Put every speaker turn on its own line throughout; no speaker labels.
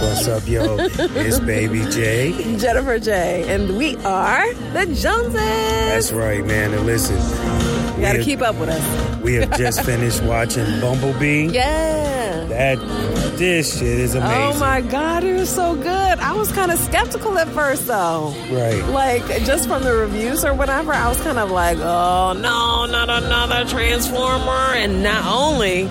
What's up, yo? it's Baby J.
Jennifer J. And we are the Joneses.
That's right, man. And listen,
you gotta
we
keep up with us.
Have, we have just finished watching Bumblebee.
Yeah.
That this shit is amazing.
Oh my God, it was so good. I was kind of skeptical at first, though.
Right.
Like, just from the reviews or whatever, I was kind of like, oh no, not another Transformer. And not only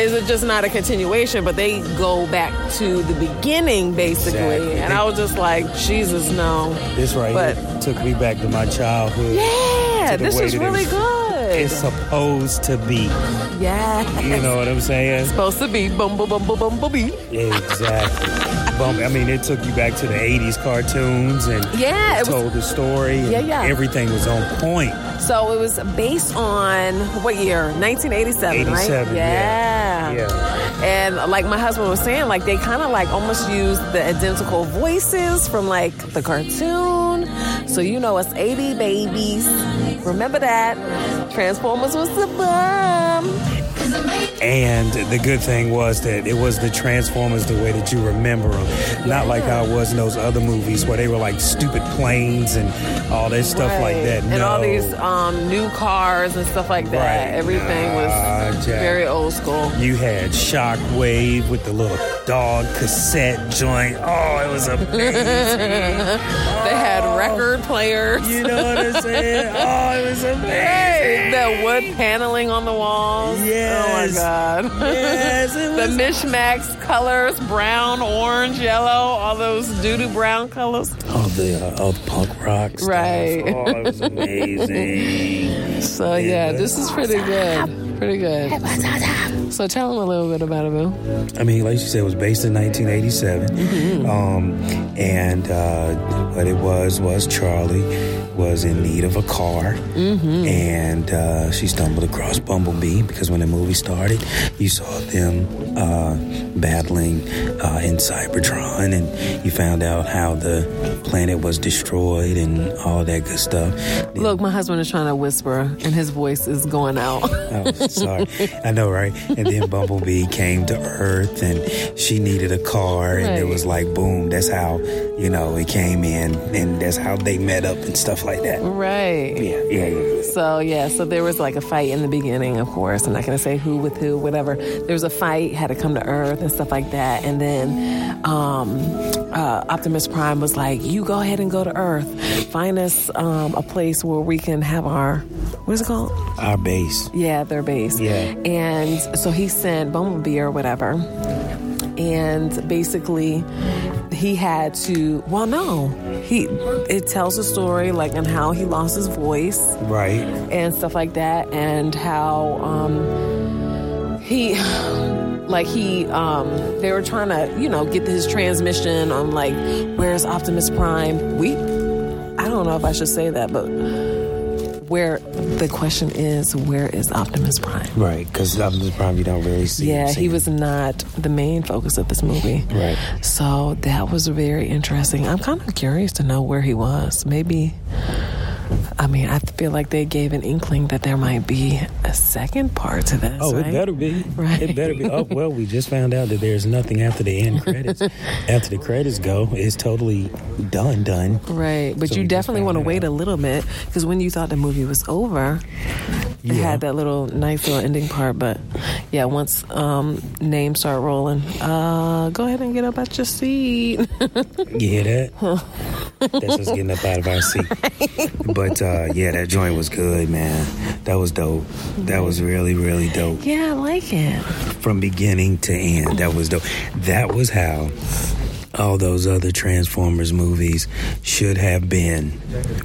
is it just not a continuation, but they go back to the beginning, basically.
Exactly.
And I was just like, Jesus, no.
This right
But-
here took me back to my childhood.
Yeah,
To the
this
way
is
that it
really
was-
good.
It's supposed to be.
yeah.
You know what I'm saying?
Supposed to be bum bum bum bum bum bum bee.
Exactly. Bump. I mean, it took you back to the '80s cartoons and
Yeah, it was-
told the story. and
Yeah, yeah.
Everything was on point.
So it was based on what year? 1987, right?
87, yeah.
yeah. And like my husband was saying, like they kind of like almost used the identical voices from like the cartoon. So you know us 80 babies. Remember that? Transformers was the bomb.
And the good thing was that it was the Transformers the way that you remember them, not like how it was in those other movies where they were like stupid planes and all that stuff like
Right.
that.
And
no.
all these um, new cars and stuff like that.
Right.
Everything
Nah,
was
Jack.
very old school.
You had Shockwave with the little dog cassette joint. Oh, it was amazing.
They had
Oh.
record players.
you know what I'm saying? Oh, it was amazing.
The wood paneling on the walls.
Yes.
Oh my god.
Yes, it
the
was
mishmash colors, brown, orange, yellow, all those doo-doo brown colors.
of the uh, of punk rock stuff.
Right.
Oh, it was amazing.
So yeah, this is pretty good. Pretty good. So tell them a little bit about it, Boo.
I mean, like you said, it was based in 1987, um, and uh, what it was was Charlie was in need of a car, and uh, she stumbled across Bumblebee because when the movie started, you saw them uh, battling uh, in Cybertron, and you found out how the planet was destroyed and all that good stuff. Then-
Look, my husband is trying to whisper, and his voice is going out.
Oh, sorry. I know, right? And then Bumblebee came to Earth and she needed a car. And it
Right.
was like, boom, that's how, you know, it came in. And that's how they met up and stuff like that.
right.
Yeah, yeah, yeah.
So yeah, so there was like a fight in the beginning, of course. I'm not gonna say who with who, whatever. There was a fight, had to come to Earth and stuff like that. And then um, uh, Optimus Prime was like, "You go ahead and go to Earth, find us um, a place where we can have our what is it called?
Our base.
Yeah, their base.
Yeah.
And so he sent Bumblebee or whatever. And basically, he had to. Well, no, he. It tells the story like and how he lost his voice
Right.
and stuff like that, and how um, he, like he, um, they were trying to, you know, get his transmission on like where's Optimus Prime? We, I don't know if I should say that, but where the question is, where is Optimus Prime?
Right. Because Optimus Prime, you don't really see.
Yeah,
see
he was not the main focus of this movie.
Right.
So that was very interesting. I'm kind of curious to know where he was. Maybe, I mean, I feel like they gave an inkling that there might be a second part to this.
Oh,
right?
it better be.
Right.
It better be. Oh, well, we just found out that there's nothing after the end credits. after the credits go, it's totally done, done.
Right, but
So
you
we just
definitely want to
found
wait a
out.
little bit because when you thought the movie was over, it
Yeah.
had that little nice little ending part. But yeah, once um, names start rolling, uh, go ahead and get up out your seat.
You hear that? That's us getting up out of our seat. But uh, yeah, that joint was good, man. That was dope. That was really, really dope.
yeah, I like it.
From beginning to end, that was dope. That was how all those other Transformers movies should have been.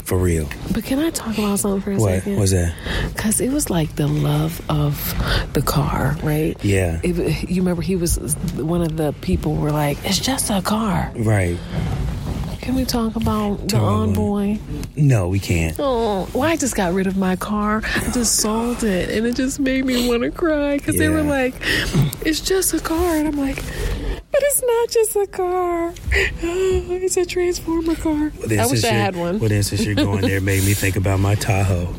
For real.
But can I talk about something for a
What
second?
was that?
Because it was like the love of the car, right?
Yeah.
It, you remember he was one of the people were like, it's just a car.
Right.
Can we talk about the
Totally.
envoy?
No, we can't.
Oh, well, I just got rid of my car. I just sold it. And it just made me want to cry because they were
Yeah.
like, it's just a car. And I'm like, but it's not just a car. it's a transformer car.
Then
I wish
since
I
you're-
had one.
Well, then since you're going there, it made me think about my Tahoe.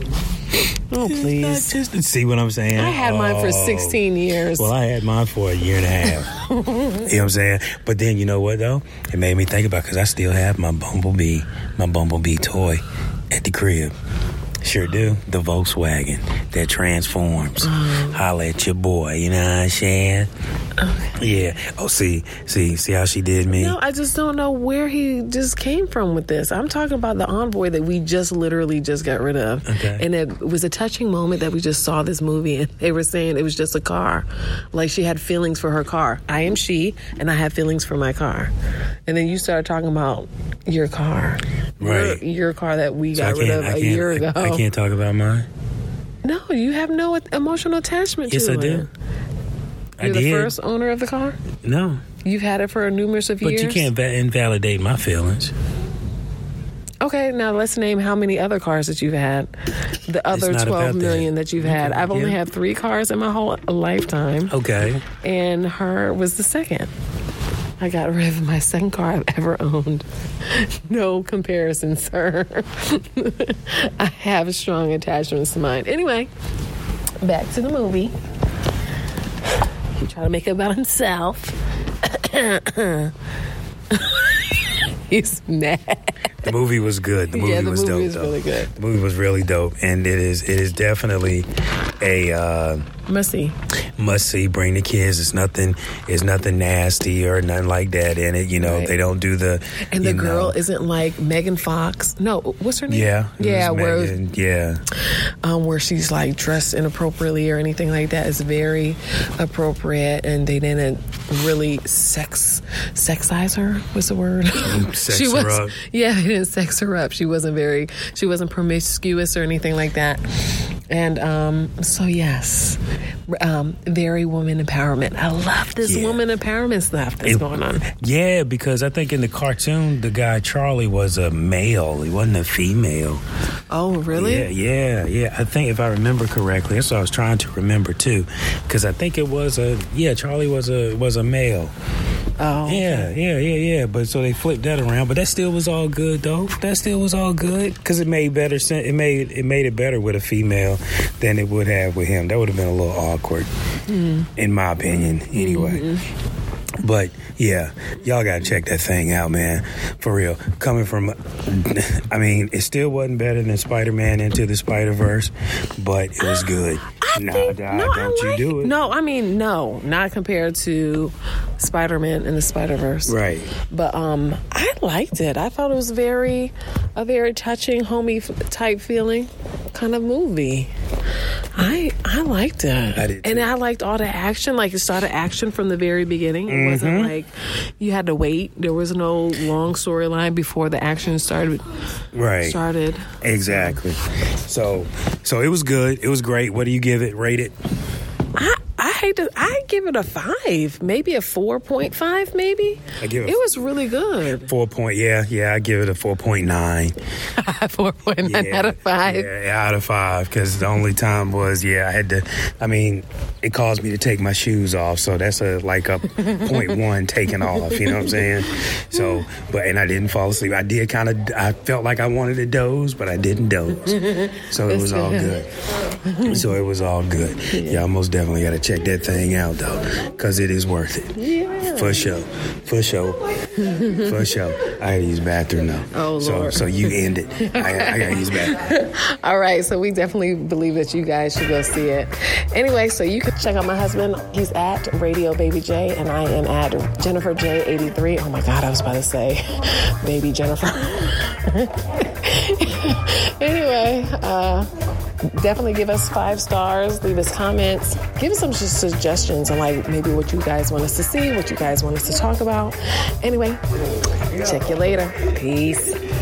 Oh, please.
Just see what I'm saying?
I had mine for
Oh.
16 years.
Well, I had mine for a year and a half. you know what I'm saying? But then you know what though? It made me think about because I still have my bumblebee, my bumblebee toy at the crib. Sure do. The Volkswagen that transforms.
Mm.
Holla at your boy. You know what I'm saying? Yeah. Oh, see, see, see how she did me.
No, I just don't know where he just came from with this. I'm talking about the envoy that we just literally just got rid of.
Okay.
And it was a touching moment that we just saw this movie and they were saying it was just a car. Like she had feelings for her car. I am she and I have feelings for my car. And then you started talking about your car.
Right.
Your, your car that we
I
got rid of
can't. I
a
can't.
year ago.
I, I can't talk about mine.
No, you have no emotional attachment
Yes,
to
I
it.
do. I
You're
did.
the first owner of the car?
No,
You've had it for numerous of
but
years.
you can't va- invalidate my feelings.
Okay, now let's name how many other cars that you've had. The other
not about
twelve
that.
million that. you've had. I've only
yeah.
had three cars in my whole lifetime,
Okay.
and her was the second. I got rid of my second car I've ever owned. no comparison, sir. I have strong attachments to mine. Anyway, back to the movie. He tried to make it about himself. He's mad.
The movie was good. The movie
yeah, the
was
movie
dope.
is
though.
really good.
The movie was really dope, and it is it is definitely a uh,
Messy.
must see. Bring the kids. It's nothing. It's nothing nasty or nothing like that in it. You know,
Right.
they don't do the
And the
you know,
girl isn't like Megan Fox. No, what's her name?
Yeah, it
yeah,
was
where
Megan, yeah,
um, where she's like dressed inappropriately or anything like that is very appropriate, and they didn't really sex sexize her. What's the word?
sex
she
her
was,
up.
yeah, they didn't sex her up. She wasn't very, she wasn't promiscuous or anything like that. And um, so yes, um, very woman empowerment. I love this
Yeah.
woman empowerment stuff that's
It-
going on.
yeah. Because I think in the cartoon, the guy Charlie was a male. He wasn't a female.
Oh, really?
Yeah, yeah, yeah. I think if I remember correctly, that's what I was trying to remember too, because I think it was a yeah. Charlie was a was a male.
Oh,
Yeah, yeah, yeah, yeah. But so they flipped that around, but that still was all good though. That still was all good because it made better sense. It made it made it better with a female than it would have with him. That would have been a little awkward,
Mm.
in my opinion. Anyway.
Mm-hmm.
But yeah, y'all gotta check that thing out, man. For real. Coming from, I mean, it still wasn't better than Spider Man Into the Spider Verse, but it was good. nah, nah, don't you
like-
do it.
No, I mean no, not compared to Spider Man and the Spider Verse.
Right.
But um, I liked it. I thought it was very, a very touching, homey f- type feeling kind of movie. I I liked it.
I did,
and
too.
I liked all the action. Like it started action from the very beginning. It wasn't
Mm-hmm.
like you had to wait. There was no long storyline before the action started.
Right.
Started.
Exactly. So, so it was good. It was great. What do you give it? Rate it.
I, I hate to. I give it a five, maybe a four point five, maybe.
I give it-
It was really good.
Four point. Yeah, yeah. I give it a four point nine.
four point nine
Yeah,
out of five.
Yeah, out of five. Because the only time was yeah, I had to. I mean, it caused me to take my shoes off, so that's a like a point one taken off. You know what I'm saying? So, but and I didn't fall asleep. I did kind of. I felt like I wanted to doze, but I didn't doze. So it was all good. So it was all good. Y'all most definitely got to check that thing out though, because it is worth it.
Yeah.
For sure. For sure. For sure. I gotta use bathroom now.
Oh,
so,
Lord.
So you end it. I, I gotta use bathroom.
All right, so we definitely believe that you guys should go see it. Anyway, so you can check out my husband. He's at Radio Baby J, and I am at Jennifer J eighty three. Oh my God, I was about to say, Baby Jennifer. anyway, uh, definitely give us five stars. Leave us comments. Give us some su- suggestions on like maybe what you guys want us to see, what you guys want us to talk about. Anyway, check you later. Peace.